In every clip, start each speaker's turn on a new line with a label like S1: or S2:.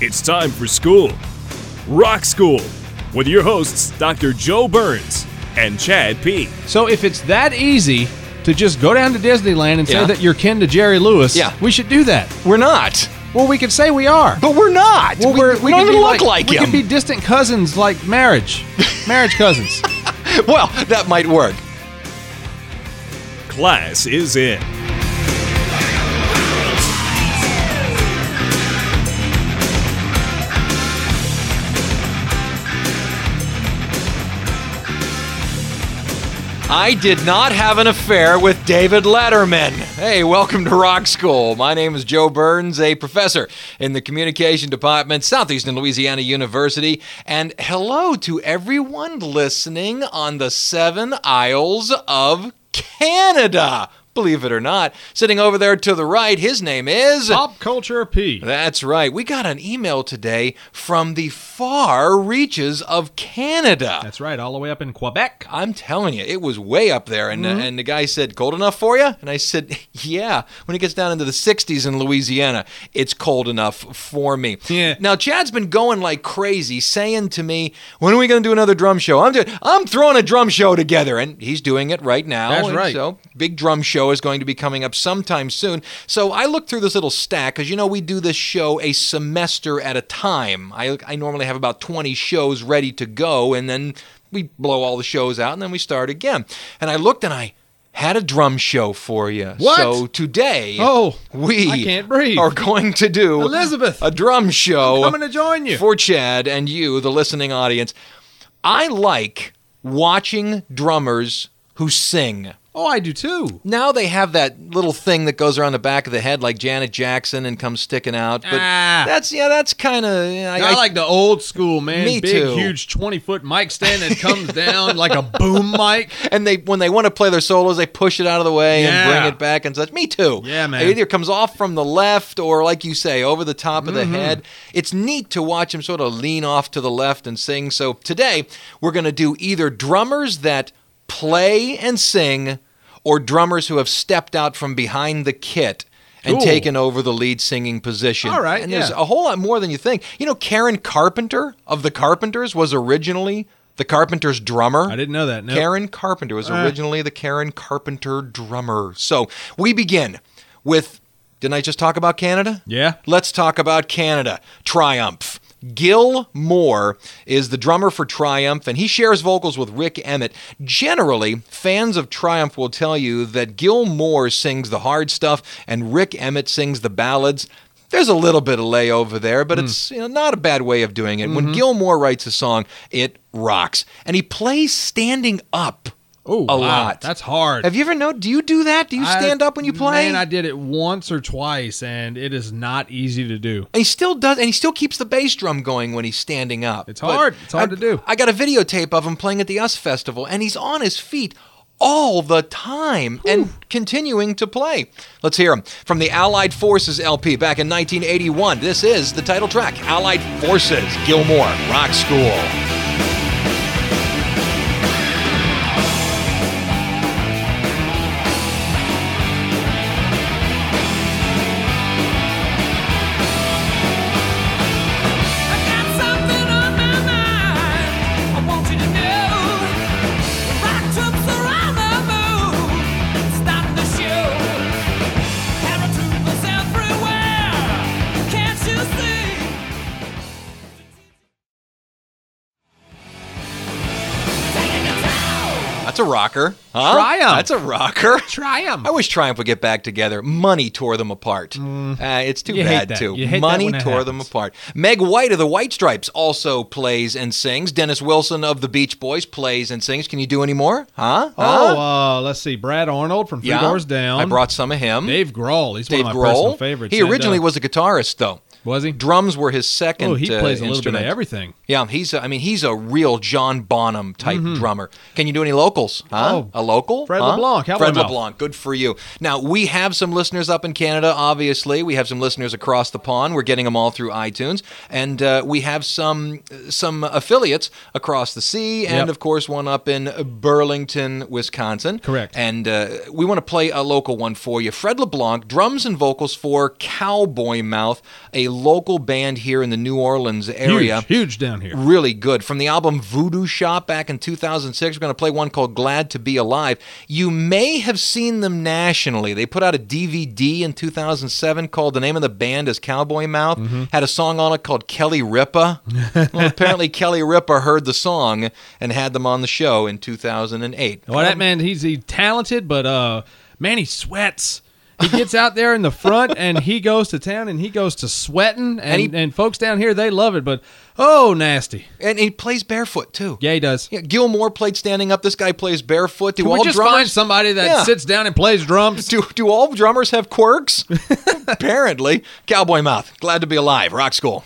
S1: It's time for school. Rock School with your hosts, Dr. Joe Burns and Chad P.
S2: So if it's that easy to just go down to Disneyland and
S3: Yeah.
S2: say that you're kin to Jerry Lewis,
S3: Yeah.
S2: we should do that.
S3: We're not.
S2: Well, we could say we are.
S3: But we're not.
S2: Well,
S3: we,
S2: we're-
S3: we don't
S2: could
S3: even
S2: be
S3: look like,
S2: We
S3: him.
S2: could be distant cousins, like marriage, marriage cousins.
S3: well, that might work.
S1: Class is in.
S3: I did not have an affair with David Letterman. Hey, welcome to Rock School. My name is Joe Burns, a professor in the Communication Department, Southeastern Louisiana University. And hello to everyone listening on the Seven Isles of Canada. Believe it or not, sitting over there to the right, his name is.
S2: Pop culture P.
S3: That's right. We got an email today from the far reaches of Canada.
S2: That's right, all the way up in Quebec.
S3: I'm telling you, it was way up there. And,
S2: Mm-hmm.
S3: uh, and the guy said, Cold enough for you? And I said, Yeah. When it gets down into the 60s in Louisiana, it's cold enough for me.
S2: Yeah.
S3: Now, Chad's been going like crazy, saying to me, When are we going to do another drum show? I'm, doing, I'm throwing a drum show together. And he's doing it right now.
S2: That's
S3: And
S2: right.
S3: So, big drum show is going to be coming up sometime soon. So, I looked through this little stack because, you know, we do this show a semester at a time. I, I normally have about 20 shows ready to go. And then we blow all the shows out and then we start again. And I looked and I had a drum show for you.
S2: What?
S3: So today,
S2: Oh,
S3: we
S2: I can't breathe.
S3: are going to do
S2: Elizabeth,
S3: a drum show.
S2: I'm coming to join you.
S3: for Chad and you, the listening audience. I like watching drummers who sing.
S2: Oh, I do too.
S3: Now they have that little thing that goes around the back of the head, like Janet Jackson, and comes sticking out. But
S2: Ah.
S3: that's yeah, that's kind of
S2: I, like the old school man,
S3: Me
S2: big,
S3: too.
S2: huge, twenty-foot mic stand that comes down like a boom mic.
S3: and they when they want to play their solos, they push it out of the way and
S2: Yeah.
S3: bring it back and such. Me too.
S2: Yeah, man.
S3: It either comes off from the left or, like you say, over the top of the
S2: Mm-hmm.
S3: head. It's neat to watch them sort of lean off to the left and sing. So today we're going to do either drummers that play and sing, or drummers who have stepped out from behind the kit. And
S2: Cool.
S3: taken over the lead singing position.
S2: All right,
S3: And there's
S2: yeah.
S3: a whole lot more than you think. You know, Karen Carpenter of the Carpenters was originally the Carpenters drummer.
S2: I didn't know that. No.
S3: Karen Carpenter was originally the Karen Carpenter drummer. So we begin with. Didn't I just talk about Canada?
S2: Yeah.
S3: Let's talk about Canada. Triumph. Gil Moore is the drummer for Triumph, and he shares vocals with Rick Emmett. Generally, fans of Triumph will tell you that Gil Moore sings the hard stuff and Rick Emmett sings the ballads. There's a little bit of layover there,
S2: Hmm.
S3: but it's you know, not a bad way of doing it.
S2: Mm-hmm.
S3: When Gil Moore writes a song, it rocks, and he plays standing up
S2: Oh,
S3: a
S2: wow,
S3: lot.
S2: That's hard.
S3: Have you ever know? Do you do that? Do you
S2: I-
S3: stand up when you play?
S2: Man, I did it once or twice, and it is not easy to do.
S3: And he still does, and he still keeps the bass drum going when he's standing up.
S2: It's hard. It's hard
S3: I-
S2: to do.
S3: I got a videotape of him playing at the US Festival, and he's on his feet all the time and continuing to play. Let's hear him from the Allied Forces LP back in 1981. This is the title track Allied Forces, Gilmore, Rock School. That's a rocker. Huh?
S2: Triumph.
S3: That's a rocker.
S2: Triumph.
S3: I wish Triumph would get back together. Money tore them apart. Uh, it's too
S2: Mm. You hate
S3: bad,
S2: that.
S3: too.
S2: You hate that
S3: Money
S2: when it
S3: tore them
S2: happens.
S3: apart. Meg White of the White Stripes also plays and sings. Dennis Wilson of the Beach Boys plays and sings. Can you do any more? Huh? Huh?
S2: Oh, uh, let's see. Brad Arnold from Three
S3: Yeah.
S2: Doors Down.
S3: I brought some of him.
S2: Dave Grohl. He's
S3: Dave
S2: one of my personal
S3: Grohl.
S2: favorites.
S3: He
S2: And,
S3: originally
S2: uh,
S3: was a guitarist, though.
S2: was he?
S3: Drums were his second.
S2: Oh, he
S3: uh,
S2: plays a little bit of
S3: instrument.
S2: everything.
S3: Yeah, he's. a- I mean, he's a real John Bonham type drummer. Can you do any locals? Huh?
S2: Mm-hmm. Oh,
S3: a local?
S2: Fred
S3: Huh?
S2: LeBlanc, how
S3: Fred
S2: about him?
S3: LeBlanc. Good for you. Now we have some listeners up in Canada. Obviously, we have some listeners across the pond. We're getting them all through iTunes, and uh, we have some some affiliates across the sea, and
S2: Yep.
S3: of course one up in Burlington, Wisconsin.
S2: Correct.
S3: And uh, we want to play a local one for you. Fred LeBlanc, drums and vocals for Cowboy Mouth, a local band here in the New Orleans area
S2: Huge, huge down here.
S3: really good. From the album Voodoo Shop back in 2006, we're going to play one called Glad to Be Alive. You may have seen them nationally. They put out a DVD in 2007 called The Name of the Band is Cowboy Mouth.
S2: Mm-hmm.
S3: Had a song on it called Kelly Ripa. well, apparently, Kelly Ripa heard the song and had them on the show in 2008.
S2: Well, that man, he's he talented, but uh, man, he sweats. He gets out there in the front and he goes to town and he goes to sweating and
S3: he-
S2: and, folks down here they love it, but oh, nasty.
S3: And he plays barefoot, too.
S2: Yeah, he does.
S3: Yeah, Gilmore played standing up. This guy plays barefoot. Do
S2: Can we
S3: all
S2: just
S3: drummers
S2: find somebody that
S3: Yeah.
S2: sits down and plays drums?
S3: do, do all drummers have quirks? Apparently. Cowboy Mouth, glad to be alive. Rock School.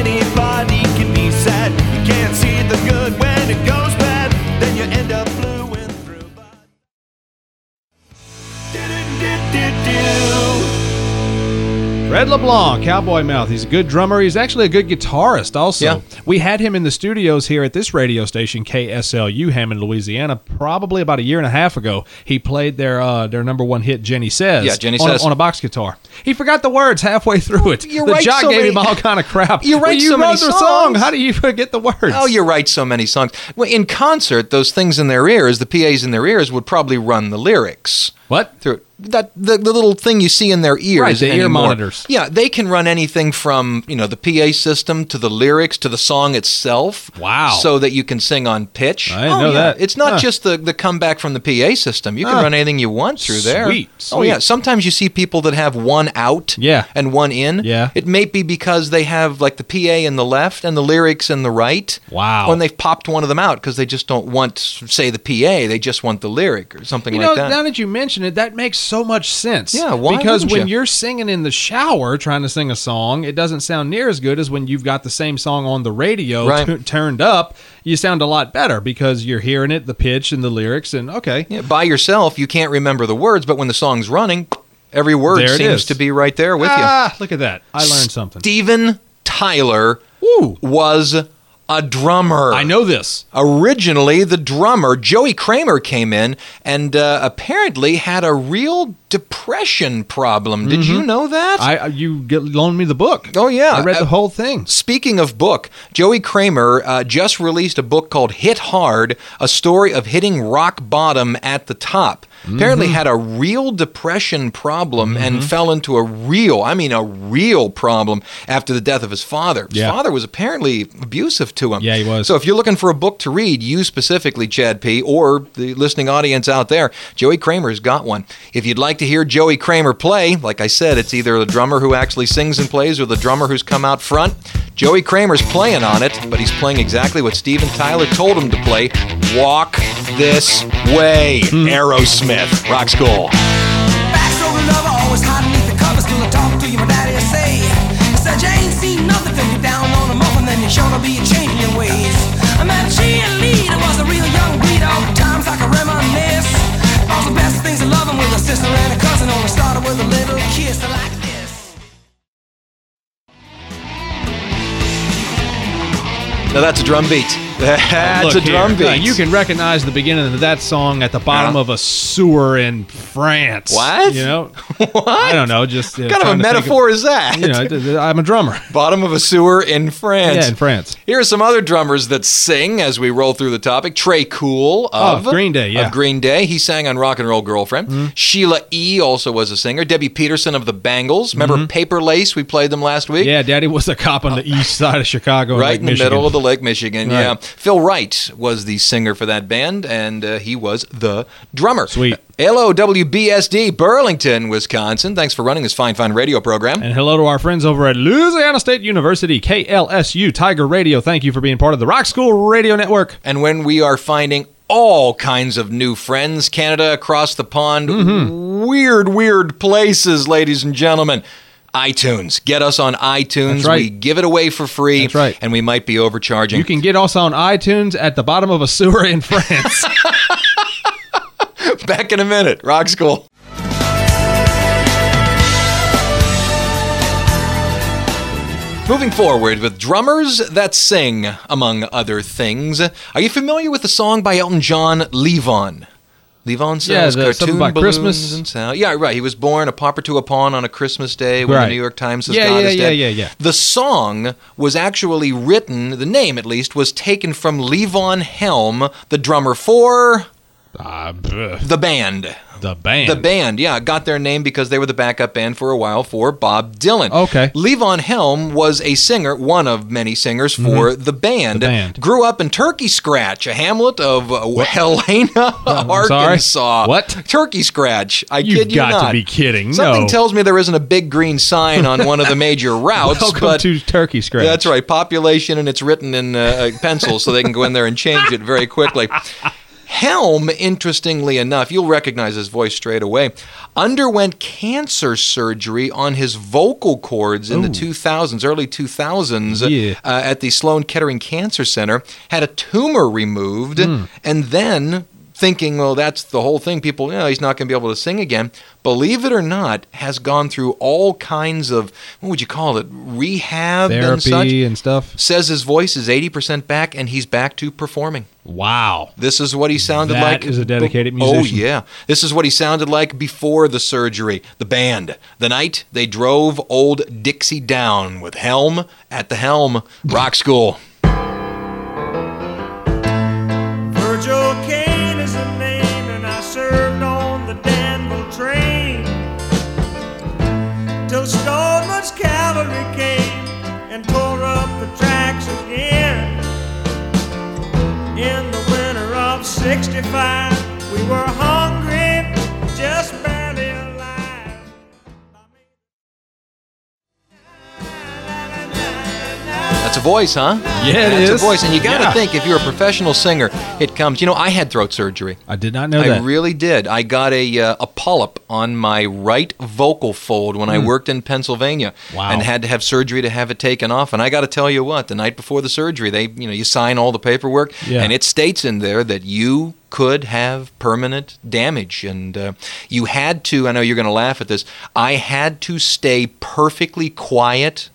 S4: Anybody can be sad. You can't see the good when it goes bad. Then you end up blue and through. But- Do-do-do-do-do.
S2: Fred LeBlanc, Cowboy Mouth. He's a good drummer. He's actually a good guitarist, also.
S3: Yeah.
S2: We had him in the studios here at this radio station, KSLU, Hammond, Louisiana, probably about a year and a half ago. He played their uh, their number one hit, Jenny Says.
S3: Yeah, Jenny
S2: on,
S3: Says.
S2: on a box guitar. He forgot the words halfway through it.
S3: you
S2: the
S3: write
S2: jock
S3: so
S2: gave
S3: many-
S2: him all kind of crap.
S3: You
S2: Well,
S3: write
S2: you
S3: so
S2: wrote
S3: many
S2: the song.
S3: songs.
S2: How do you forget the words?
S3: Oh, you write so many songs. Well, in concert, those things in their ears, the PAs in their ears, would probably run the lyrics.
S2: What?
S3: Through that the, the little thing you see in their ears,
S2: Right, the ear
S3: anymore.
S2: monitors.
S3: Yeah, they can run anything from you know the PA system to the lyrics to the song itself.
S2: Wow.
S3: So that you can sing on pitch. Oh,
S2: I didn't know that.
S3: It's not
S2: Huh.
S3: just the the comeback from the PA system. You can
S2: Huh.
S3: run anything you want through there.
S2: Sweet,
S3: Oh yeah.
S2: sweet.
S3: Sometimes you see people that have one out.
S2: Yeah.
S3: And one in.
S2: Yeah.
S3: It may be because they have like the PA in the left and the lyrics in the right.
S2: Wow.
S3: When they've popped one of them out because they just don't want, say, the PA. They just want the lyric or something
S2: You
S3: like
S2: know,
S3: that.
S2: now that you mention it, that makes so much sense.
S3: Yeah, why
S2: Because
S3: wouldn't
S2: when
S3: you?
S2: are singing in the shower trying to sing a song, it doesn't sound near as good as when you've got the same song on the radio
S3: Right.
S2: tu- turned up. You sound a lot better because you're hearing it, the pitch and the lyrics, and okay,
S3: Yeah, by yourself, you can't remember the words, but when the song's running, every word
S2: There it
S3: seems
S2: is.
S3: to be right there with
S2: ah, look at that. I learned
S3: you.
S2: something.
S3: Steven Tyler
S2: Woo.
S3: was a drummer.
S2: I know this.
S3: originally the drummer joey kramer came in and uh, apparently had a real depression problem did you know that
S2: Mm-hmm. I I- you get, loaned me the book.
S3: Oh, yeah.
S2: I read
S3: Uh,
S2: the whole thing.
S3: Speaking of book, Joey Kramer uh, just released a book called Hit Hard, a story of hitting rock bottom at the top. Apparently had a real depression problem and fell into a real, I mean a real problem after the death of his father. His
S2: Yeah.
S3: father was apparently abusive to him.
S2: Yeah, he was.
S3: So if you're looking for a book to read, you specifically, Chad P, or the listening audience out there, Joey Kramer's got one. If you'd like to hear Joey Kramer play, like I said, it's either the drummer who actually sings and plays or the drummer who's come out front. Joey Kramer's playing on it, but he's playing exactly what Steven Tyler told him to play Walk This Way,
S2: Hmm.
S3: Aerosmith. Rock School.
S5: Backstroke lover, always hiding beneath the covers. Still I talk to you, my daddy I say. I said you ain't seen nothing till you down on the muffin, then you sure to be changing your ways. I met a cheerleader, was a real young breed. All the times I can reminisce. All the best things of loving with a sister and a cousin. Only started with a little kiss like this.
S3: Now that's a drum beat. That's
S2: Look
S3: a drum
S2: here. Uh,
S3: beat.
S2: You can recognize the beginning of that song at the bottom
S3: Yeah.
S2: of a sewer in France.
S3: What?
S2: You know? what? I don't know. Just uh,
S3: What kind
S2: trying
S3: of a
S2: to think
S3: metaphor is that?
S2: you know, it- it- I'm a drummer.
S3: Bottom of a sewer in France.
S2: Yeah, in France.
S3: Here are some other drummers that sing as we roll through the topic. Trey Cool of
S2: Oh, Green Day, yeah. Mm-hmm.
S3: of Green Day. He sang on Rock and Roll Girlfriend. Sheila E. also was a singer. Debbie Peterson of the Bangles. Remember Paper Lace? We played them last week.
S2: Mm-hmm. Yeah, Daddy was a cop on the east side of Chicago,
S3: Right
S2: Lake
S3: in the
S2: Michigan.
S3: middle of the Lake Michigan,
S2: Right.
S3: yeah. Phil Wright was the singer for that band, and uh, he was the drummer.
S2: Sweet.
S3: Hello, WBSD, Burlington, Wisconsin. Thanks for running this fine, fine radio program.
S2: And hello to our friends over at Louisiana State University, KLSU Tiger Radio. Thank you for being part of the Rock School Radio Network.
S3: and when we are finding all kinds of new friends, Canada, across the pond,
S2: Mm-hmm.
S3: weird, weird places, ladies and gentlemen. iTunes. Get us on iTunes.
S2: That's right.
S3: We give it away for free.
S2: That's right.
S3: And we might be overcharging.
S2: You can get us on iTunes at the bottom of a sewer in France.
S3: Back in a minute. Rock School. Moving forward with drummers that sing, among other things. Are you familiar with the song by Elton John, Leave On? Leave On
S2: Yeah,
S3: says
S2: the- something
S3: cartoon
S2: about
S3: balloons
S2: Christmas.
S3: and sound. Yeah, right. He was born a pauper to a pawn on a Christmas day when
S2: Right.
S3: the New York Times says
S2: Yeah,
S3: God
S2: yeah,
S3: is
S2: yeah,
S3: dead.
S2: yeah, yeah.
S3: The song was actually written, the name at least, was taken from Levon Helm, the drummer for
S2: Ah, bleh.
S3: the band.
S2: the band.
S3: The band, yeah, got their name because they were the backup band for a while for Bob Dylan.
S2: Okay.
S3: Levon Helm was a singer, one of many singers for the, band.
S2: Mm-hmm. The band.
S3: Grew up in Turkey Scratch, a hamlet of uh, Helena,
S2: sorry?
S3: Arkansas.
S2: What?
S3: Turkey Scratch. I
S2: You've
S3: kid you
S2: got to
S3: not.
S2: be kidding.
S3: Something
S2: No.
S3: tells me there isn't a big green sign on one of the major routes.
S2: Welcome
S3: but
S2: to Turkey Scratch.
S3: that's right. Population, and it's written in uh, uh, pencil, so they can go in there and change it very quickly. Helm, interestingly enough, you'll recognize his voice straight away, underwent cancer surgery on his vocal cords in the 2000s, early 2000s,
S2: Yeah.
S3: uh, at the Sloan Kettering Cancer Center, had a tumor removed,
S2: Hmm.
S3: and then thinking, well, that's the whole thing. People, you know, he's not going to be able to sing again. Believe it or not, has gone through all kinds of, what would you call it, rehab and such.
S2: Therapy and stuff.
S3: Says his voice is 80% back, and he's back to performing.
S2: Wow.
S3: This is what he sounded
S2: That
S3: like.
S2: is a dedicated
S3: Oh
S2: musician.
S3: yeah, this is what he sounded like before the surgery. The band, the night they drove old Dixie down with Helm at the helm. Rock school.
S4: Virgil Kane is the name, and I served on the Danville train till Stoneman's cavalry came and tore up the tracks again. In the winter of '65, we were hungry, just barely alive.
S3: That's a voice, huh?
S2: Yeah, it
S3: That's
S2: is.
S3: a voice, and you got to
S2: Yeah.
S3: think if you're a professional singer, it comes. You know, I had throat surgery.
S2: I did not know
S3: I
S2: that.
S3: really did. I got a uh, a polyp on my right vocal fold when I worked in Pennsylvania,
S2: Hmm. Wow.
S3: and had to have surgery to have it taken off. And I got to tell you what, the night before the surgery, they you know you sign all the paperwork,
S2: Yeah.
S3: and it states in there that you could have permanent damage, and uh, you had to. I know you're going to laugh at this. I had to stay perfectly quiet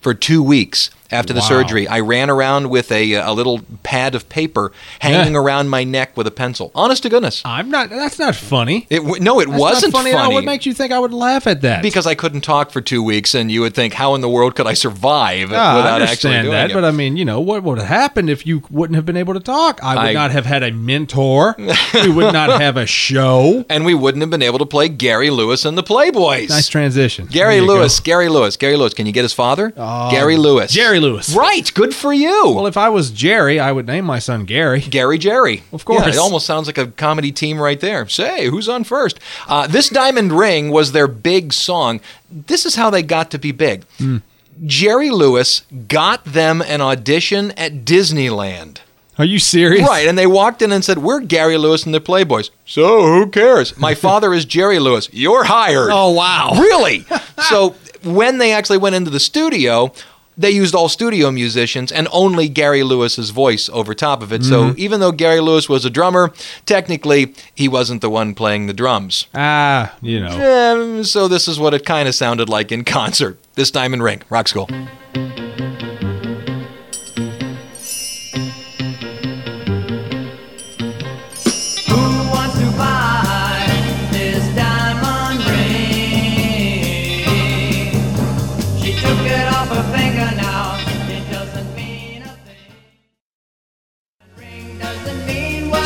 S3: for two weeks. After the
S2: Wow.
S3: surgery, I ran around with a, a little pad of paper hanging around my neck with a pencil. Honest to goodness.
S2: I'm not. That's not funny.
S3: It w- no, it
S2: That's
S3: wasn't
S2: not funny. At all.
S3: funny.
S2: What makes you think I would laugh at that?
S3: because I couldn't talk for two weeks, and you would think, how in the world could I survive
S2: Ah,
S3: without
S2: I
S3: actually
S2: understand
S3: doing
S2: that,
S3: it?
S2: but uh, I mean, you know, what would have happened if you wouldn't have been able to talk? I would
S3: I-
S2: not have had a mentor. we would not have a show.
S3: and we wouldn't have been able to play Gary Lewis and the Playboys.
S2: Nice transition.
S3: Gary
S2: There you go.
S3: Lewis, Gary Lewis, Gary Lewis. Can you get his father? Gary Lewis.
S2: Jerry Lewis.
S3: Right. Good for you.
S2: Well, if I was Jerry, I would name my son Gary.
S3: Gary Jerry.
S2: Of course.
S3: Yeah, it almost sounds like a comedy team right there. Say, who's on first? Uh, this Diamond Ring was their big song. This is how they got to be big.
S2: Hmm.
S3: Jerry Lewis got them an audition at Disneyland.
S2: Are you serious?
S3: Right, and they walked in and said, "We're Gary Lewis and the Playboys." So who cares? My father is Jerry Lewis. You're hired.
S2: Oh, wow.
S3: Really? so when they actually went into the studio, they used all studio musicians and only Gary Lewis's voice over top of it. So even though Gary Lewis was a drummer, technically he wasn't the one playing the drums.
S2: Ah, you know.
S3: Um, so this is what it kind of sounded like in concert. This Diamond Ring, Rock School.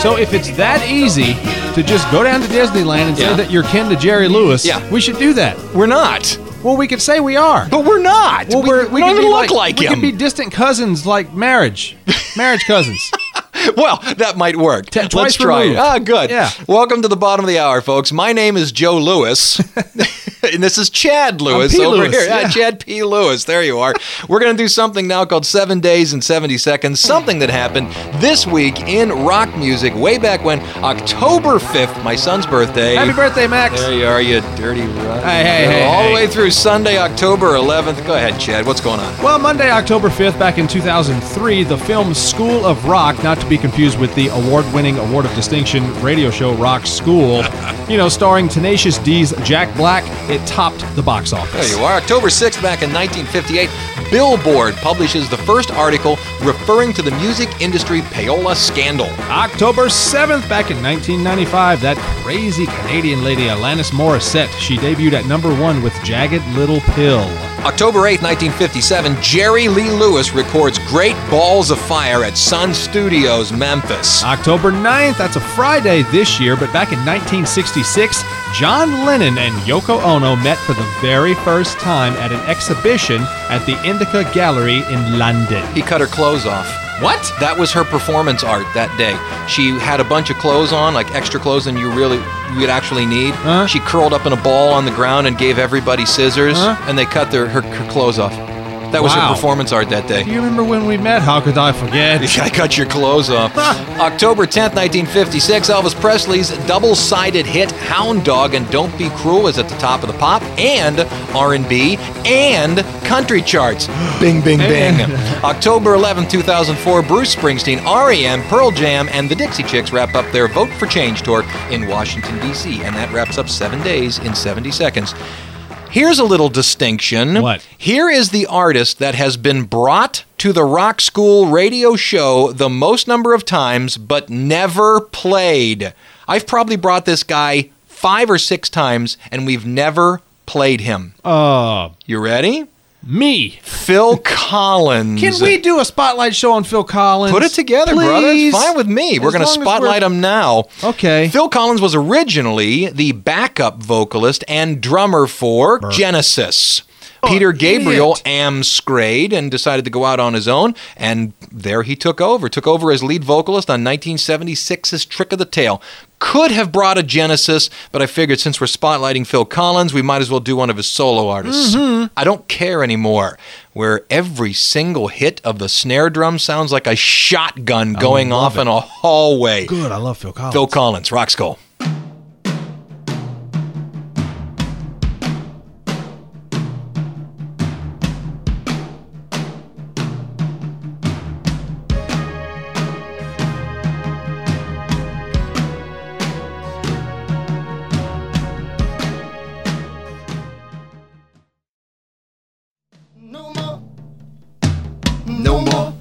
S2: So if it's that easy to just go down to Disneyland and
S3: Yeah.
S2: say that you're kin to Jerry Lewis,
S3: Yeah.
S2: we should do that.
S3: We're not.
S2: Well, we could say we are.
S3: But we're not.
S2: Well,
S3: we,
S2: we're,
S3: we don't
S2: could
S3: even
S2: be
S3: look like,
S2: we
S3: him.
S2: could be distant cousins, like marriage, marriage cousins.
S3: well, that might work.
S2: Te-
S3: Let's
S2: twice
S3: try it.
S2: removed.
S3: Ah, good.
S2: Yeah.
S3: Welcome to the bottom of the hour, folks. My name is Joe Lewis. and this is Chad Lewis
S2: P.
S3: over
S2: Lewis,
S3: here. Ah,
S2: yeah.
S3: Chad P. Lewis. There you are. We're going to do something now called Seven Days and 70 Seconds, something that happened this week in rock music way back when, October 5th, my son's birthday.
S2: Happy birthday, Max.
S3: There you are, you dirty rotten.
S2: Hey, hey,
S3: girl.
S2: hey,
S3: All the
S2: hey.
S3: way through Sunday, October 11th. Go ahead, Chad. What's going on?
S2: Well, Monday, October 5th, back in 2003, the film School of Rock, not to be confused with the award winning, award of distinction radio show Rock School, you know, starring Tenacious D's Jack Black, it topped the box
S3: There
S2: office.
S3: you are. October 6th, back in 1958, Billboard publishes the first article referring to the music industry payola scandal.
S2: October 7th, back in 1995, that crazy Canadian lady Alanis Morissette, she debuted at number one with Jagged Little Pill.
S3: October 8th, 1957, Jerry Lee Lewis records Great Balls of Fire at Sun Studios, Memphis.
S2: October 9th, that's a Friday this year, but back in 1966, John Lennon and Yoko Ono met for the very first time at an exhibition at the Indica Gallery in London.
S3: He cut her clothes off.
S2: What?
S3: That was her performance art that day. She had a bunch of clothes on, like extra clothes than you really would actually need.
S2: Huh?
S3: She curled up in a ball on the ground and gave everybody scissors,
S2: Huh?
S3: and they cut their her, her clothes off. That was her
S2: Wow.
S3: performance art that day.
S2: Do you remember when we met? How could I forget?
S3: I cut your clothes off. October 10th, 1956, Elvis Presley's double sided hit Hound Dog and Don't Be Cruel is at the top of the pop and R&B and country charts. Bing, bing, bing. October 11th, 2004, Bruce Springsteen, REM, Pearl Jam, and the Dixie Chicks wrap up their Vote for Change tour in Washington, D.C., and that wraps up seven days in 70 seconds. Here's a little distinction.
S2: What?
S3: Here is the artist that has been brought to the Rock School radio show the most number of times, but never played. I've probably brought this guy five or six times, and we've never played him.
S2: Uh,
S3: You ready?
S2: me.
S3: Phil Collins.
S2: Can we do a spotlight show on Phil Collins?
S3: Put it together, brother.
S2: Please?
S3: It's fine with me. We're
S2: As
S3: going to
S2: long as
S3: spotlight
S2: we're-
S3: him now.
S2: Okay.
S3: Phil Collins was originally the backup vocalist and drummer for Genesis. Peter Gabriel amscrayed and decided to go out on his own, and there he took over. Took over as lead vocalist on 1976's Trick of the Tail. Could have brought a Genesis, but I figured since we're spotlighting Phil Collins, we might as well do one of his solo artists.
S2: Mm-hmm.
S3: I don't care anymore. Where every single hit of the snare drum sounds like a shotgun going off in a hallway.
S2: Good, I love Phil Collins.
S3: Phil Collins, Rock Skull.
S4: No more. No more.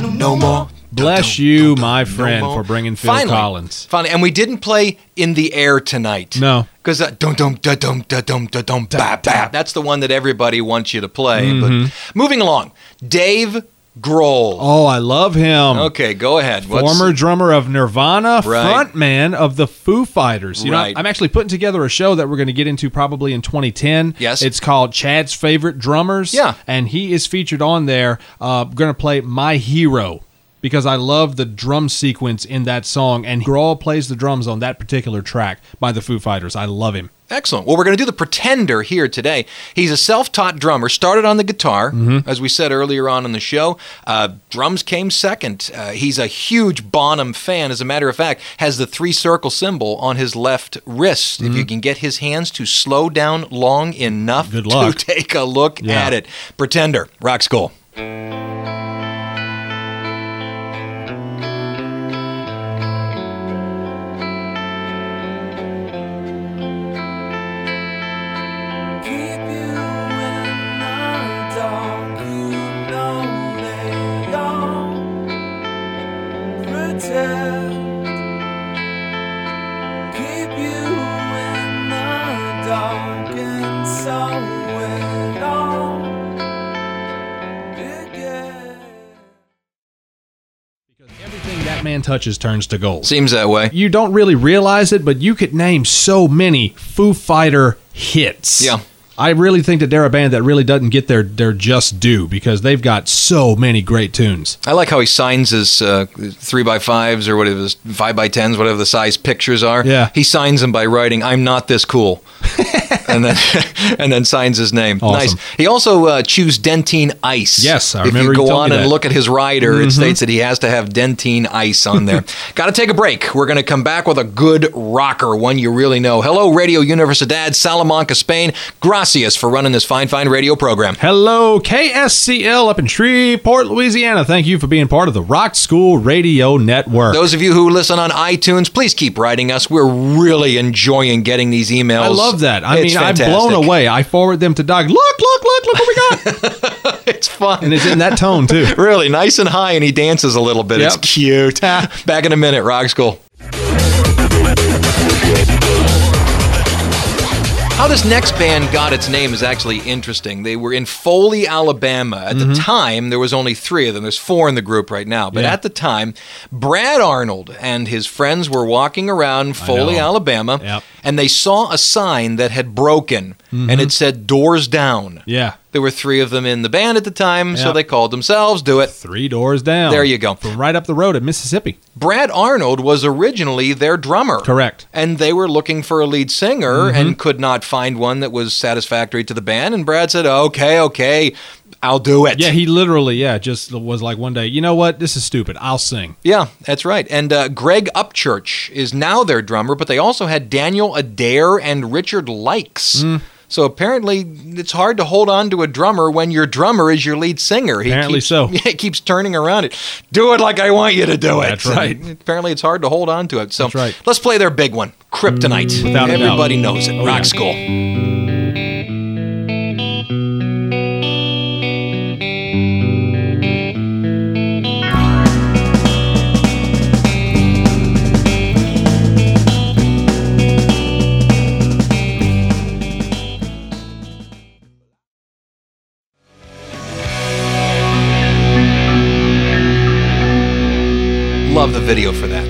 S4: No more.
S2: Bless you, my friend,
S3: Mo-
S2: for bringing Phil
S3: Finally.
S2: Collins.
S3: Finally, and we didn't play in the air tonight.
S2: No.
S3: because that dum dum da dum da dum da dum ba ba. That's the one that everybody wants you to play. But moving along, Dave Grohl.
S2: Mm-hmm. Oh, I love him.
S3: Okay, go ahead. What's-
S2: Former drummer of Nirvana,
S3: Right.
S2: frontman of the Foo Fighters. You
S3: Right.
S2: know, I'm actually putting together a show that we're going to get into probably in 2010.
S3: Yes.
S2: It's called Chad's Favorite Drummers.
S3: Yeah.
S2: And he is featured on there. Uh, going to play My Hero because I love the drum sequence in that song. And Grohl plays the drums on that particular track by the Foo Fighters. I love him.
S3: Excellent. Well, we're going to do the Pretender here today. He's a self-taught drummer. Started on the guitar, as we said earlier on in the show. Uh, drums came second. Uh, he's a huge Bonham fan. As a matter of fact, has the three circle symbol on his left wrist. If you can get his hands to slow down long enough
S2: Good luck.
S3: to take a look
S2: Yeah.
S3: at it, Pretender, rock school.
S5: Keep you in the dark, you know they all pretend. Keep you in the dark, and so it all began.
S2: second touches turns to gold.
S3: Seems that way.
S2: You don't really realize it, but you could name so many Foo Fighter hits.
S3: Yeah.
S2: I really think that they're a band that really doesn't get their, their just due because they've got so many great tunes.
S3: I like how he signs his uh, three by fives or whatever, his five by tens, whatever the size pictures are.
S2: Yeah.
S3: He signs them by writing, "I'm not this cool," and then and then signs his name.
S2: Awesome.
S3: Nice. He also uh, chews dentine ice.
S2: Yes, I
S3: If
S2: remember
S3: you
S2: you
S3: go on
S2: told me
S3: and
S2: that. Mm-hmm.
S3: look at his rider, it states that he has to have dentine ice on there. Got to take a break. We're going to come back with a good rocker, one you really know. Hello, Radio Universidad Salamanca, Spain. Gracias for running this fine, fine radio program.
S2: Hello, KSCL up in Shreveport, Louisiana. Thank you for being part of the Rock School Radio Network.
S3: Those of you who listen on iTunes, please keep writing us. We're really enjoying getting these emails.
S2: I love that. I
S3: It's
S2: mean,
S3: fantastic.
S2: I'm blown away. I forward them to Doug. Look, look, look, look what we got.
S3: It's fun.
S2: and it's in that tone, too.
S3: really nice and high, and he dances a little bit.
S2: Yep.
S3: It's cute. Back in a minute, Rock School. How this next band got its name is actually interesting. They were in Foley, Alabama. At the time, there was only three of them. There's four in the group right now. But
S2: Mm-hmm. Yeah.
S3: at the time, Brad Arnold and his friends were walking around Foley,
S2: know.
S3: Alabama,
S2: Yep. Mm-hmm.
S3: and they saw a sign that had broken, and it said "Doors Down."
S2: Yeah.
S3: There were three of them in the band at the time, so
S2: Yep.
S3: they called themselves Do It.
S2: Three doors down.
S3: There you go.
S2: From right up the road at Mississippi.
S3: Brad Arnold was originally their drummer.
S2: Correct. Mm-hmm.
S3: And they were looking for a lead singer and could not find one that was satisfactory to the band. And Brad said, okay, okay, I'll do it.
S2: Yeah, he literally, yeah, just was like one day, you know what? This is stupid. I'll sing.
S3: Yeah, that's right. And uh, Greg Upchurch is now their drummer, but they also had Daniel Adair and Richard Likes.
S2: Mm.
S3: So apparently, it's hard to hold on to a drummer when your drummer is your lead singer. He
S2: Apparently
S3: keeps,
S2: so.
S3: Yeah, he keeps turning around it. Do it like I want you to do it.
S2: That's right.
S3: And apparently, it's hard to hold on to it. So
S2: That's right. Mm.
S3: let's play their big one, Kryptonite.
S2: Without a doubt.
S3: Everybody knows it. Rock
S2: yeah.
S3: School. Love the video for that.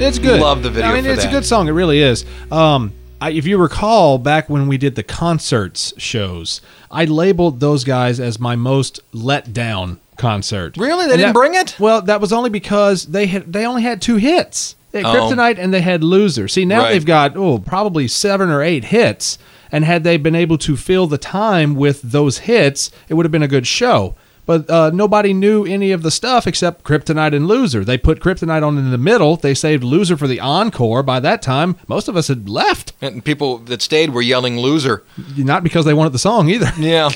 S2: It's good.
S3: Love the video
S2: I mean,
S3: for
S2: it's
S3: that.
S2: a good song. It really is. Um, I, if you recall, back when we did the concerts shows, I labeled those guys as my most let down concert.
S3: Really? They
S2: And
S3: didn't
S2: that-
S3: bring it?
S2: Well, that was only because they had they only had two hits. They
S3: Oh.
S2: had Kryptonite and they had Loser. See, now
S3: Right.
S2: they've got oh probably seven or eight hits. And had they been able to fill the time with those hits, it would have been a good show. But uh, nobody knew any of the stuff except Kryptonite and Loser. They put Kryptonite on in the middle. They saved Loser for the encore. By that time, most of us had left,
S3: And people that stayed were yelling loser.
S2: not because they wanted the song either.
S3: Yeah.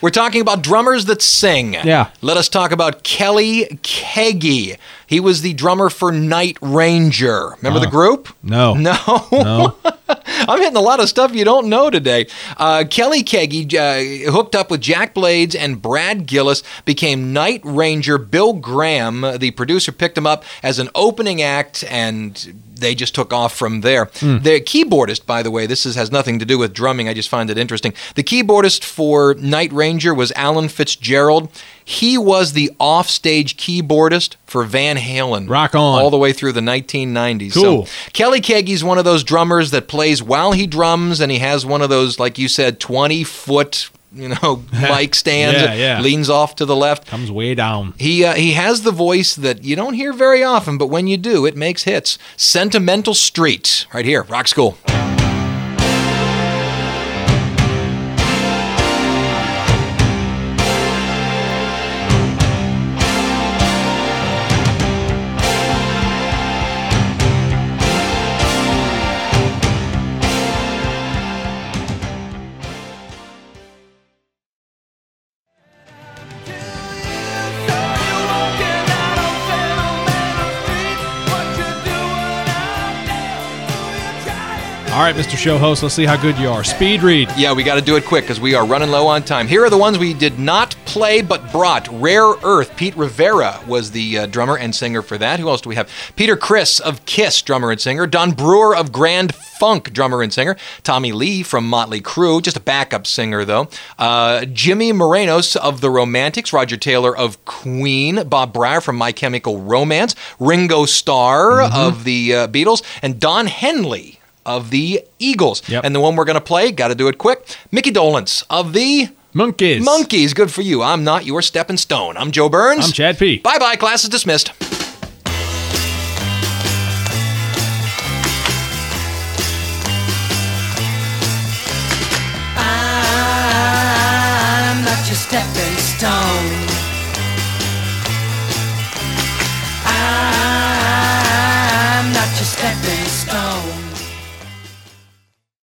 S3: We're talking about drummers that sing.
S2: Yeah.
S3: Let us talk about Kelly Keggy. He was the drummer for Night Ranger. Remember the group?
S2: No.
S3: No. I'm hitting a lot of stuff you don't know today. Uh, Kelly Keggy uh, hooked up with Jack Blades and Brad Gillis, became Night Ranger. Bill Graham, uh, the producer, picked him up as an opening act, and they just took off from there.
S2: Hmm.
S3: The keyboardist, by the way, this is, has nothing to do with drumming. I just find it interesting. The keyboardist for Night Ranger was Alan Fitzgerald. He was the offstage keyboardist for Van Halen.
S2: Rock on.
S3: All the way through the 1990s.
S2: Cool.
S3: So Kelly Keggy's one of those drummers that plays while he drums, and he has one of those, like you said, twenty foot, you know, mic stands.
S2: Yeah, yeah.
S3: Leans off to the left.
S2: Comes way down.
S3: He uh, he has the voice that you don't hear very often, but when you do, it makes hits. Sentimental Street, right here, Rock School.
S2: All right, Mr. Show host, let's see how good you are. Speed read.
S3: Yeah, we got to do it quick because we are running low on time. Here are the ones we did not Play But Brought, Rare Earth. Pete Rivera was the uh, drummer and singer for that. Who else do we have? Peter Chris of Kiss, drummer and singer. Don Brewer of Grand Funk, drummer and singer. Tommy Lee from Motley Crue, just a backup singer though. Uh, Jimmy Morenos of The Romantics. Roger Taylor of Queen. Bob Breyer from My Chemical Romance. Ringo Starr of the uh, Beatles. And Don Henley of the Eagles.
S2: Yep.
S3: And the one we're going to play, got to do it quick. Mickey Dolans of the
S2: Monkeys.
S3: Monkeys. Good for you. I'm not your stepping stone. I'm Joe Burns.
S2: I'm Chad P.
S3: Bye bye. Class is dismissed.
S5: I'm not your stepping stone. I'm not your stepping stone.